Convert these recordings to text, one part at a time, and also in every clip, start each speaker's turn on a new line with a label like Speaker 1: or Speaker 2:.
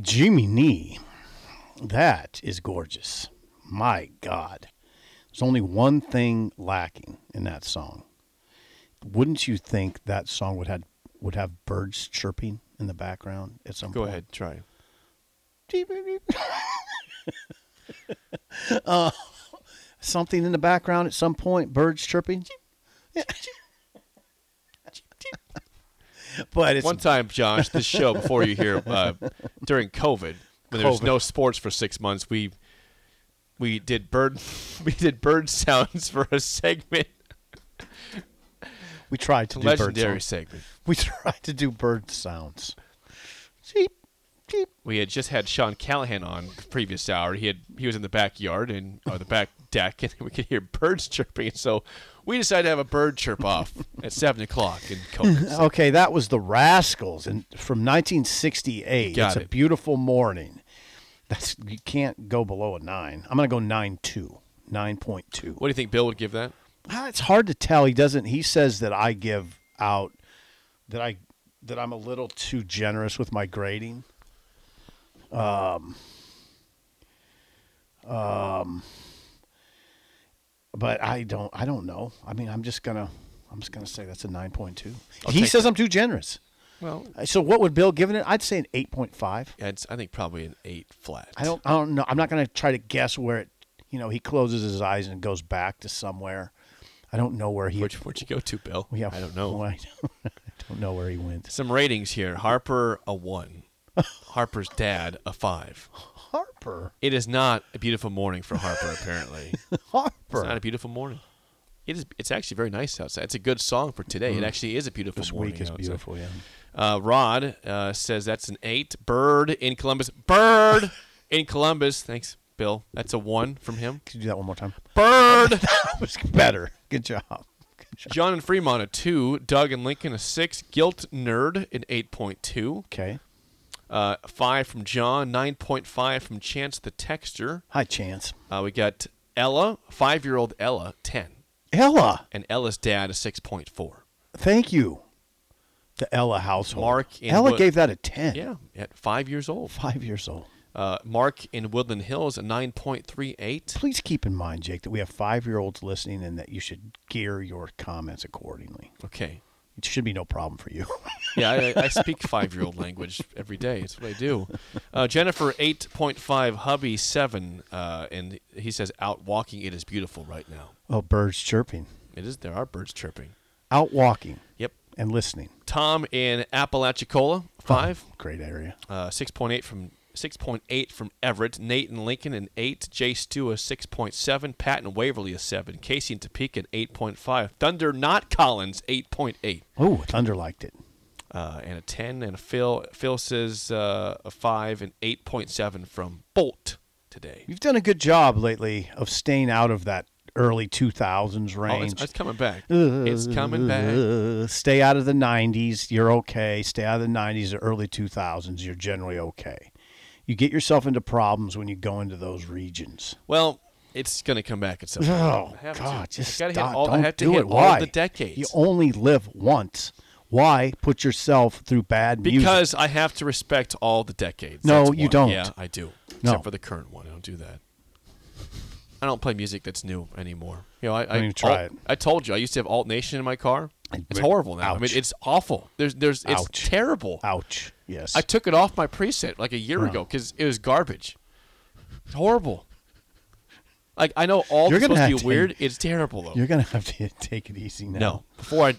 Speaker 1: Jimmy Knee. That is gorgeous. My God. There's only one thing lacking in that song. Wouldn't you think that song would have would have birds chirping in the background at some
Speaker 2: Go
Speaker 1: point?
Speaker 2: ahead, try.
Speaker 1: Uh, Something in the background at some point, birds chirping. but it's
Speaker 2: One time, Josh, this show before you here uh, during COVID, when there was
Speaker 1: COVID.
Speaker 2: no sports for six months, we we did bird we did bird sounds for a segment,
Speaker 1: we tried to do
Speaker 2: legendary
Speaker 1: bird sounds.
Speaker 2: segment.
Speaker 1: We tried to do bird sounds. Cheep, cheep.
Speaker 2: We had just had Sean Callahan on the previous hour. He had he was in the backyard and or the back deck, and we could hear birds chirping. And so we decided to have a bird chirp off at seven o'clock in COVID. So
Speaker 1: Okay, that was the Rascals, and from 1968.
Speaker 2: Got
Speaker 1: it's a
Speaker 2: it.
Speaker 1: beautiful morning. That's you can't go below a nine. I'm gonna go nine two, nine point two.
Speaker 2: what do you think Bill would give that?
Speaker 1: Ah, It's hard to tell. He doesn't. He says that I give out that I that I'm a little too generous with my grading. Um. Um. um, But I don't. I don't know. I mean, I'm just gonna. I'm just gonna say that's a nine point two. He
Speaker 2: take
Speaker 1: says I'm too generous.
Speaker 2: Well,
Speaker 1: Uh, So what would Bill give it? I'd say an eight point five.
Speaker 2: it's, I think probably an eight flat.
Speaker 1: I don't. I don't know. I'm not going to try to guess where it. You know, he closes his eyes and goes back to somewhere. I don't know where he.
Speaker 2: Where'd you, where'd you go to, Bill?
Speaker 1: yeah,
Speaker 2: I don't know.
Speaker 1: I don't, I don't know where he went.
Speaker 2: Some ratings here. Harper a one. Harper's dad a five.
Speaker 1: Harper.
Speaker 2: It is not a beautiful morning for Harper. Apparently, it's
Speaker 1: Harper.
Speaker 2: not a beautiful morning. It is. It's actually very nice outside. It's a good song for today. It actually is a beautiful
Speaker 1: Mm. this
Speaker 2: morning.
Speaker 1: week is
Speaker 2: outside.
Speaker 1: beautiful. Yeah.
Speaker 2: Uh, Rod uh, says that's an eight. Bird in Columbus. Bird in Columbus. Thanks, Bill. That's a one from him.
Speaker 1: Could you do that one more time?
Speaker 2: Bird.
Speaker 1: That was better. Good job. Good job.
Speaker 2: John and Fremont a two. Doug and Lincoln a six. Guilt nerd an eight point two.
Speaker 1: Okay.
Speaker 2: Uh, five from John, nine point five from Chance the Texter.
Speaker 1: Hi, Chance.
Speaker 2: Uh, we got Ella, five-year-old Ella, ten,
Speaker 1: Ella.
Speaker 2: and Ella's dad a six point four.
Speaker 1: Thank you. The Ella household.
Speaker 2: Mark in
Speaker 1: Ella
Speaker 2: Wood-
Speaker 1: gave that a ten.
Speaker 2: Yeah, at five years old.
Speaker 1: Five years old.
Speaker 2: Uh, Mark in Woodland Hills a nine point three eight.
Speaker 1: Please keep in mind, Jake, that we have five year olds listening and that you should gear your comments accordingly.
Speaker 2: Okay.
Speaker 1: It should be no problem for you.
Speaker 2: Yeah, I, I speak five-year-old language every day. It's what I do. Uh, Jennifer, eight point five. Hubby, seven, uh, and he says, "Out walking, it is beautiful right now.
Speaker 1: oh, birds chirping,
Speaker 2: It is. There are birds chirping.
Speaker 1: out walking,
Speaker 2: Yep."
Speaker 1: and listening.
Speaker 2: Tom in Apalachicola, five.
Speaker 1: Great area.
Speaker 2: Uh, 6.8 from 6.8 from Everett, Nate and Lincoln an 8, Jay Stew a 6.7, Pat and Waverly a 7, Casey and Topeka an 8.5, Thunder not Collins 8.8,
Speaker 1: Oh, Thunder liked it.
Speaker 2: uh, and a 10 and a Phil Phil says uh, a 5 and 8.7 from Bolt today.
Speaker 1: You've done a good job lately of staying out of that early 2000s
Speaker 2: Oh, it's,
Speaker 1: range.
Speaker 2: it's coming back. It's coming back.
Speaker 1: Uh, stay out of the 90s. You're okay. Stay out of the 90s or early 2000s. You're generally okay. You get yourself into problems when you go into those regions.
Speaker 2: Well, it's going to come back at some point.
Speaker 1: Oh
Speaker 2: I have to.
Speaker 1: God!
Speaker 2: I
Speaker 1: Just
Speaker 2: gotta
Speaker 1: stop.
Speaker 2: Hit all, I
Speaker 1: Don't
Speaker 2: have to
Speaker 1: do
Speaker 2: hit
Speaker 1: it.
Speaker 2: all
Speaker 1: Why?
Speaker 2: the decades.
Speaker 1: You only live once. Why put yourself through bad music?
Speaker 2: Because I have to respect all the decades.
Speaker 1: No,
Speaker 2: That's
Speaker 1: you
Speaker 2: why.
Speaker 1: don't.
Speaker 2: Yeah, I do.
Speaker 1: No.
Speaker 2: Except for the current one. I don't do that. I don't play music that's new anymore. You know, I, I,
Speaker 1: even try
Speaker 2: alt-
Speaker 1: it.
Speaker 2: I told you I used to have Alt Nation in my car. It's
Speaker 1: but-
Speaker 2: horrible now. I mean,
Speaker 1: ouch.
Speaker 2: it's awful. There's, there's, it's
Speaker 1: Ouch.
Speaker 2: terrible.
Speaker 1: ouch. Yes.
Speaker 2: I took it off my preset like a year ago because it was garbage. It's horrible. Like I know all
Speaker 1: You're gonna
Speaker 2: supposed to be
Speaker 1: have to-
Speaker 2: weird. It's terrible though.
Speaker 1: You're gonna have to take it easy now.
Speaker 2: No. Before I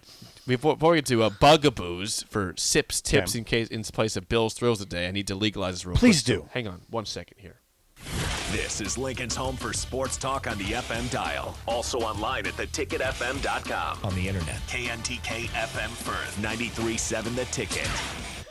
Speaker 2: before, before we get to uh, bugaboos for sips, tips
Speaker 1: Okay.
Speaker 2: in case in place of Bill's thrills today, I need to legalize this real
Speaker 1: Please
Speaker 2: quick.
Speaker 1: do.
Speaker 2: Hang on one second here.
Speaker 3: This is Lincoln's home for sports talk on the FM dial. Also online at theticketfm.com. On the internet. KNTK FM Firth 937 The Ticket.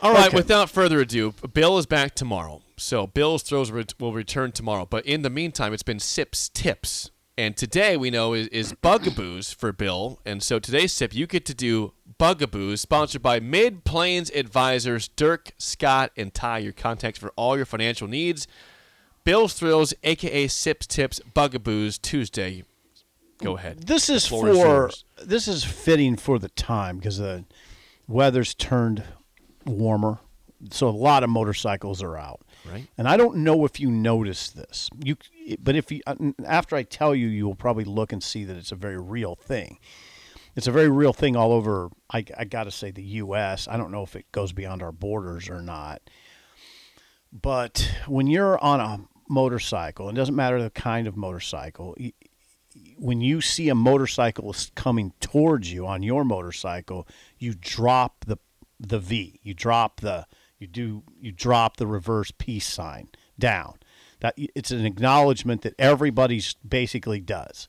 Speaker 2: All right.
Speaker 1: Okay.
Speaker 2: Without further ado, Bill is back tomorrow, so Bill's thrills re- will return tomorrow. But in the meantime, it's been sips, tips, and today we know is, is bugaboos for Bill. And so today's sip, you get to do bugaboos, sponsored by Mid Plains Advisors, Dirk Scott and Ty, your contacts for all your financial needs. Bill's Thrills, aka Sips Tips Bugaboos Tuesday. Go ahead.
Speaker 1: This is
Speaker 2: floor is
Speaker 1: for
Speaker 2: yours.
Speaker 1: this is fitting for the time because the weather's turned warmer, so a lot of motorcycles are out.
Speaker 2: Right.
Speaker 1: And I don't know if you notice this. You, but if you uh, after I tell you, you will probably look and see that it's a very real thing. It's a very real thing all over. I, I got to say the U.S. I don't know if it goes beyond our borders or not. But when you're on a motorcycle, it doesn't matter the kind of motorcycle. y- y- When you see a motorcyclist coming towards you on your motorcycle, you drop the the V. You drop the you do you drop the reverse peace sign down. That it's an acknowledgement that everybody's basically does.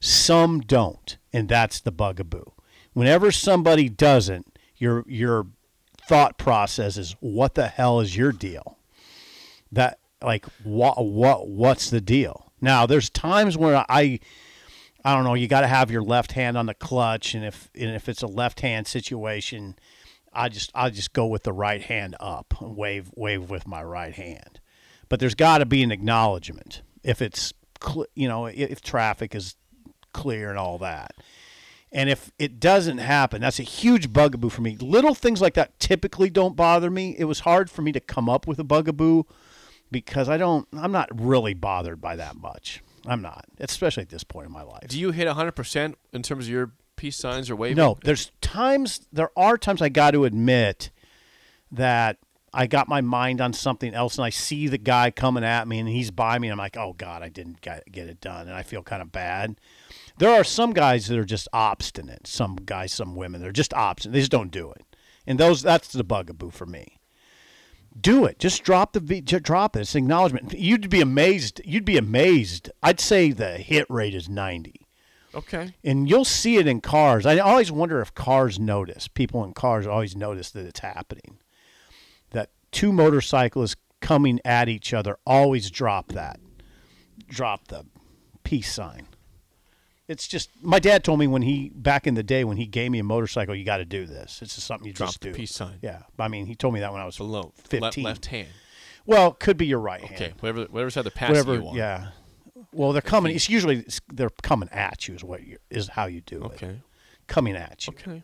Speaker 1: Some don't, and that's the bugaboo. Whenever somebody doesn't, your your thought process is what the hell is your deal? that like what what what's the deal now there's times where i i don't know you got to have your left hand on the clutch and if and if it's a left hand situation i just i just go with the right hand up and wave wave with my right hand but there's got to be an acknowledgement if it's cl- you know i- if traffic is clear and all that and if it doesn't happen, that's a huge bugaboo for me. Little things like that typically don't bother me. It was hard for me to come up with a bugaboo because I don't I'm not really bothered by that much. I'm not, especially at this point in my life.
Speaker 2: Do you hit 100% in terms of your peace signs or waving?
Speaker 1: No, there's times there are times I got to admit that I got my mind on something else and I see the guy coming at me and he's by me and I'm like, "Oh god, I didn't get get it done." And I feel kind of bad. There are some guys that are just obstinate. Some guys, some women, they're just obstinate. They just don't do it. And those that's the bugaboo for me do it. Just drop the V- ju- drop it. It's an acknowledgement. You'd be amazed. You'd be amazed. I'd say the hit rate is ninety,
Speaker 2: Okay.
Speaker 1: and you'll see it in cars. I always wonder if cars notice. People in cars always notice that it's happening. That two motorcyclists coming at each other always drop that, drop the peace sign. It's just my dad told me when he back in the day when he gave me a motorcycle, you got to do this. It's just something you
Speaker 2: Drop
Speaker 1: just
Speaker 2: the
Speaker 1: do.
Speaker 2: peace sign.
Speaker 1: Yeah, I mean he told me that when I was
Speaker 2: Below. Le-
Speaker 1: 15.
Speaker 2: left hand.
Speaker 1: Well, could be your right
Speaker 2: Okay.
Speaker 1: hand.
Speaker 2: Whatever, whatever's at the pass
Speaker 1: Whatever.
Speaker 2: you want.
Speaker 1: Yeah. Well,
Speaker 2: E
Speaker 1: they're coming. It's usually it's, they're coming at you is what you, is how you do it.
Speaker 2: Okay.
Speaker 1: Coming at you.
Speaker 2: Okay.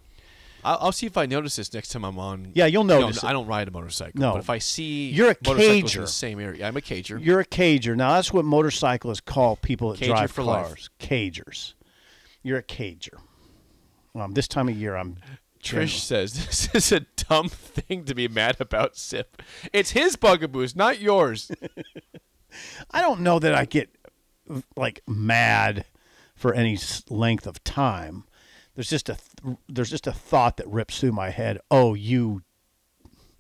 Speaker 2: I'll, I'll see if I notice this next time I'm on.
Speaker 1: Yeah, you'll
Speaker 2: No,
Speaker 1: notice it.
Speaker 2: I don't ride a motorcycle.
Speaker 1: No.
Speaker 2: But if I see
Speaker 1: You're a
Speaker 2: motorcycles in
Speaker 1: cager.
Speaker 2: the same area, I'm a cager.
Speaker 1: You're a cager. Now that's what motorcyclists call people that
Speaker 2: Cager
Speaker 1: drive
Speaker 2: for life.
Speaker 1: cars. Cagers. You're a cager. Um, this time of year, I'm. generally-
Speaker 2: Trish says this is a dumb thing to be mad about. Sip, it's his bugaboos, not yours.
Speaker 1: I don't know that I get like mad for any s- length of time. There's just a th- there's just a thought that rips through my head. Oh, you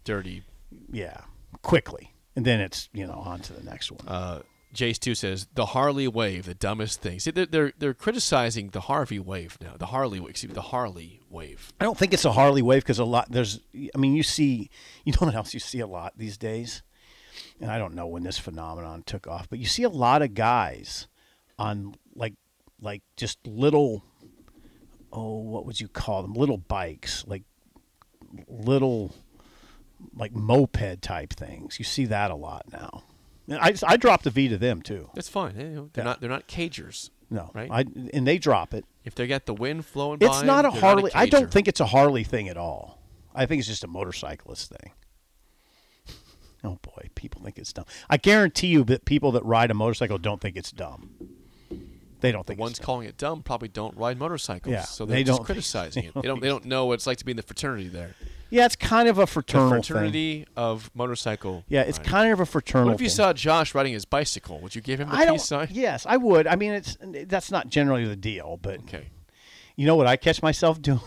Speaker 2: Dirty.
Speaker 1: yeah, quickly. And then it's, you know, on to the next one.
Speaker 2: Uh, Jace two says the Harley wave, the dumbest thing. See, they're they're, they're criticizing the Harvey wave now. The Harley, wa- excuse me, the Harley wave.
Speaker 1: I don't think it's a Harley wave because a lot, there's, I mean, you see, you know what else you see a lot these days? And I don't know when this phenomenon took off, but you see a lot of guys on like, like just little, oh, what would you call them? Little bikes, like little, like moped type things. You see that a lot now. And I, I dropped the V to them too.
Speaker 2: That's fine. eh, you know, They're
Speaker 1: Yeah.
Speaker 2: not they're not cagers.
Speaker 1: No,
Speaker 2: Right.
Speaker 1: I, and they drop it.
Speaker 2: If they got the wind flowing, by
Speaker 1: It's
Speaker 2: 'em,
Speaker 1: not a
Speaker 2: they're
Speaker 1: Harley. I I
Speaker 2: cager.
Speaker 1: don't think it's a Harley thing at all. I think it's just a motorcyclist thing. Oh boy, people think it's dumb. I guarantee you that people that ride a motorcycle don't think it's dumb. They don't think
Speaker 2: ones
Speaker 1: it's dumb.
Speaker 2: calling it dumb probably don't ride motorcycles.
Speaker 1: Yeah,
Speaker 2: so
Speaker 1: they
Speaker 2: they're just
Speaker 1: don't-
Speaker 2: criticizing
Speaker 1: they
Speaker 2: it. They don't they don't know what it's like to be in the fraternity there.
Speaker 1: Yeah, it's kind of a
Speaker 2: The
Speaker 1: fraternal thing.
Speaker 2: fraternity of motorcycle.
Speaker 1: Yeah, it's
Speaker 2: riding.
Speaker 1: kind of a fraternal.
Speaker 2: What if you
Speaker 1: thing.
Speaker 2: saw Josh riding his bicycle? Would you give him the
Speaker 1: I don't.
Speaker 2: peace sign?
Speaker 1: Yes, I would. I mean, it's that's not generally the deal, but
Speaker 2: Okay.
Speaker 1: you know what I catch myself doing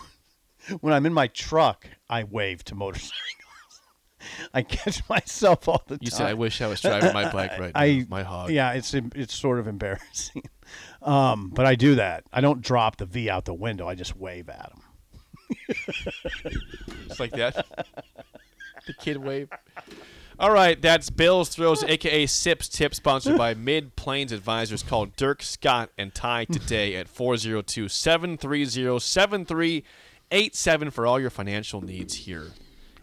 Speaker 1: when I'm in my truck? I wave to motorcycles. I catch myself all the time.
Speaker 2: You said I wish I was driving my bike right now. My hog.
Speaker 1: Yeah, it's it's sort of embarrassing, um, but I do that. I don't drop the V out the window. I just wave at them.
Speaker 2: Just like that. the kid wave. All right, that's Bill's Throws, aka Sips Tip, sponsored by Mid Plains Advisors. Call Dirk Scott and Ty today at 402 730 7387 for all your financial needs here.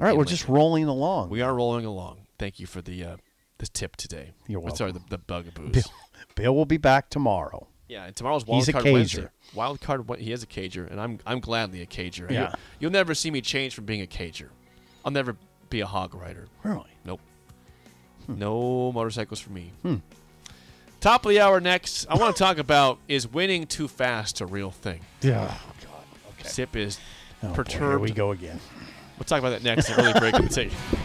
Speaker 1: All right,
Speaker 2: in
Speaker 1: we're
Speaker 2: Lincoln.
Speaker 1: just rolling along.
Speaker 2: We are rolling along. Thank you for the uh, the tip today.
Speaker 1: You're
Speaker 2: Uh, Sorry, the, the bugaboos.
Speaker 1: Bill, Bill will be back tomorrow.
Speaker 2: Yeah, and tomorrow's wild
Speaker 1: He's a
Speaker 2: card
Speaker 1: cager.
Speaker 2: Wednesday. Wild card. Wed- He is a cager, and I'm I'm gladly a cager. You-
Speaker 1: Yeah.
Speaker 2: you'll never see me change from being a cager. I'll never be a hog rider.
Speaker 1: Really?
Speaker 2: Nope.
Speaker 1: Hmm.
Speaker 2: No motorcycles for me. Top of the hour next. I want to talk about is winning too fast a real thing?
Speaker 1: Yeah. Oh, God. Okay.
Speaker 2: Sip is
Speaker 1: Oh, boy,
Speaker 2: perturbed.
Speaker 1: here we go again.
Speaker 2: We'll talk about that next. Early break. We'll take-